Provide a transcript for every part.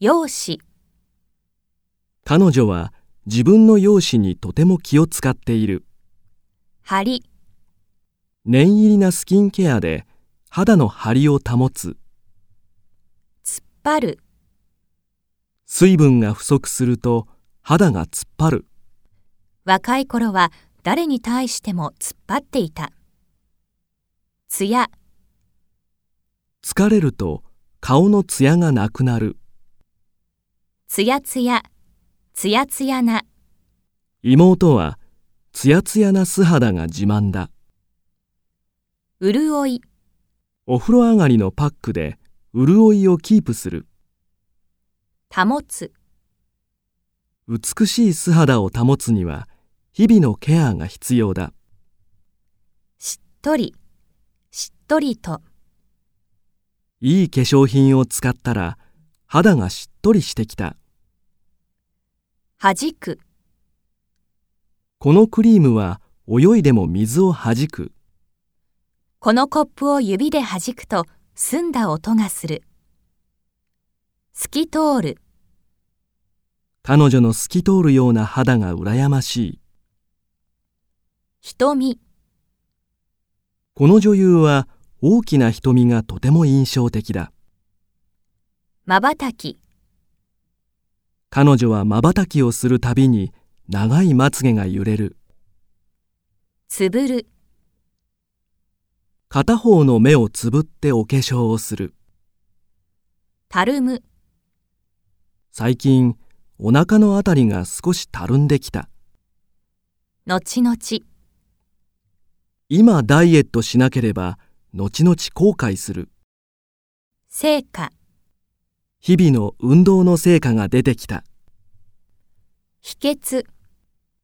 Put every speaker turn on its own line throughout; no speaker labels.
容姿、
彼女は自分の容姿にとても気を使っている。
張り、
念入りなスキンケアで肌の張りを保つ。
突っ張る、
水分が不足すると肌が突っ張る。
若い頃は誰に対しても突っ張っていた。艶、
疲れると顔のツヤがなくなる。
つやつや、つやつやな、
妹はツヤツヤな素肌が自慢だ。
潤い、
お風呂上がりのパックで潤いをキープする。
保つ、
美しい素肌を保つには日々のケアが必要だ。
しっとり、しっとりと、
いい化粧品を使ったら肌がしっとりしてきた。
弾く、
このクリームは泳いでも水を弾く。
このコップを指で弾くと澄んだ音がする。透き通る、
彼女の透き通るような肌が羨ましい。
瞳、
この女優は大きな瞳がとても印象的だ。
瞬き、
彼女は瞬きをするたびに長いまつげが揺れる。
つぶる、
片方の目をつぶってお化粧をする。
たるむ、
最近、お腹のあたりが少したるんできた。
後々、
今ダイエットしなければ、後々後悔する。
成果、
日々の運動の成果が出てきた。
秘訣、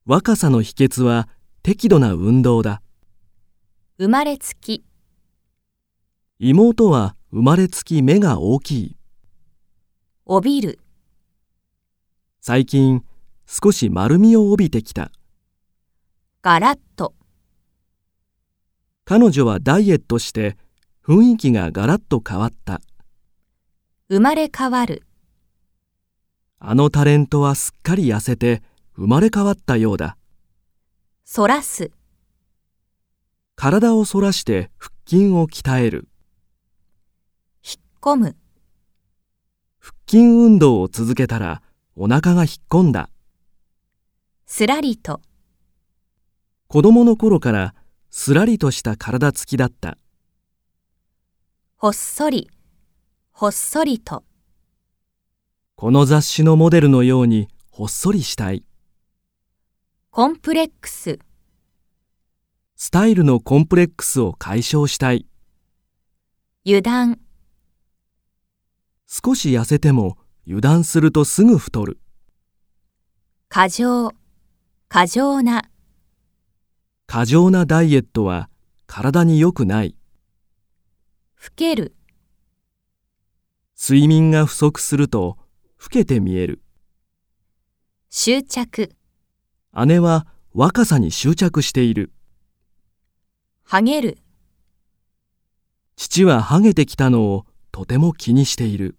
若さの秘訣は適度な運動だ。
生まれつき、
妹は生まれつき目が大きい。
帯びる、
最近、少し丸みを帯びてきた。
ガラッと、
彼女はダイエットして、雰囲気がガラッと変わった。
生まれ変わる、
あのタレントはすっかり痩せて、生まれ変わったようだ。
反らす、
体を反らして腹筋を鍛える。
引っ込む、
腹筋運動を続けたら、お腹が引っ込んだ。
すらりと、
子供の頃から、すらりとした体つきだった。
ほっそり、ほっそりと、
この雑誌のモデルのように、ほっそりしたい。
コンプレックス、
スタイルのコンプレックスを解消したい。
油断、
少し痩せても油断するとすぐ太る。
過剰、過剰な、
過剰なダイエットは体に良くない。
老ける、
睡眠が不足すると老けて見える。
執着、
姉は若さに執着している。
はげる。
父はハゲてきたのをとても気にしている。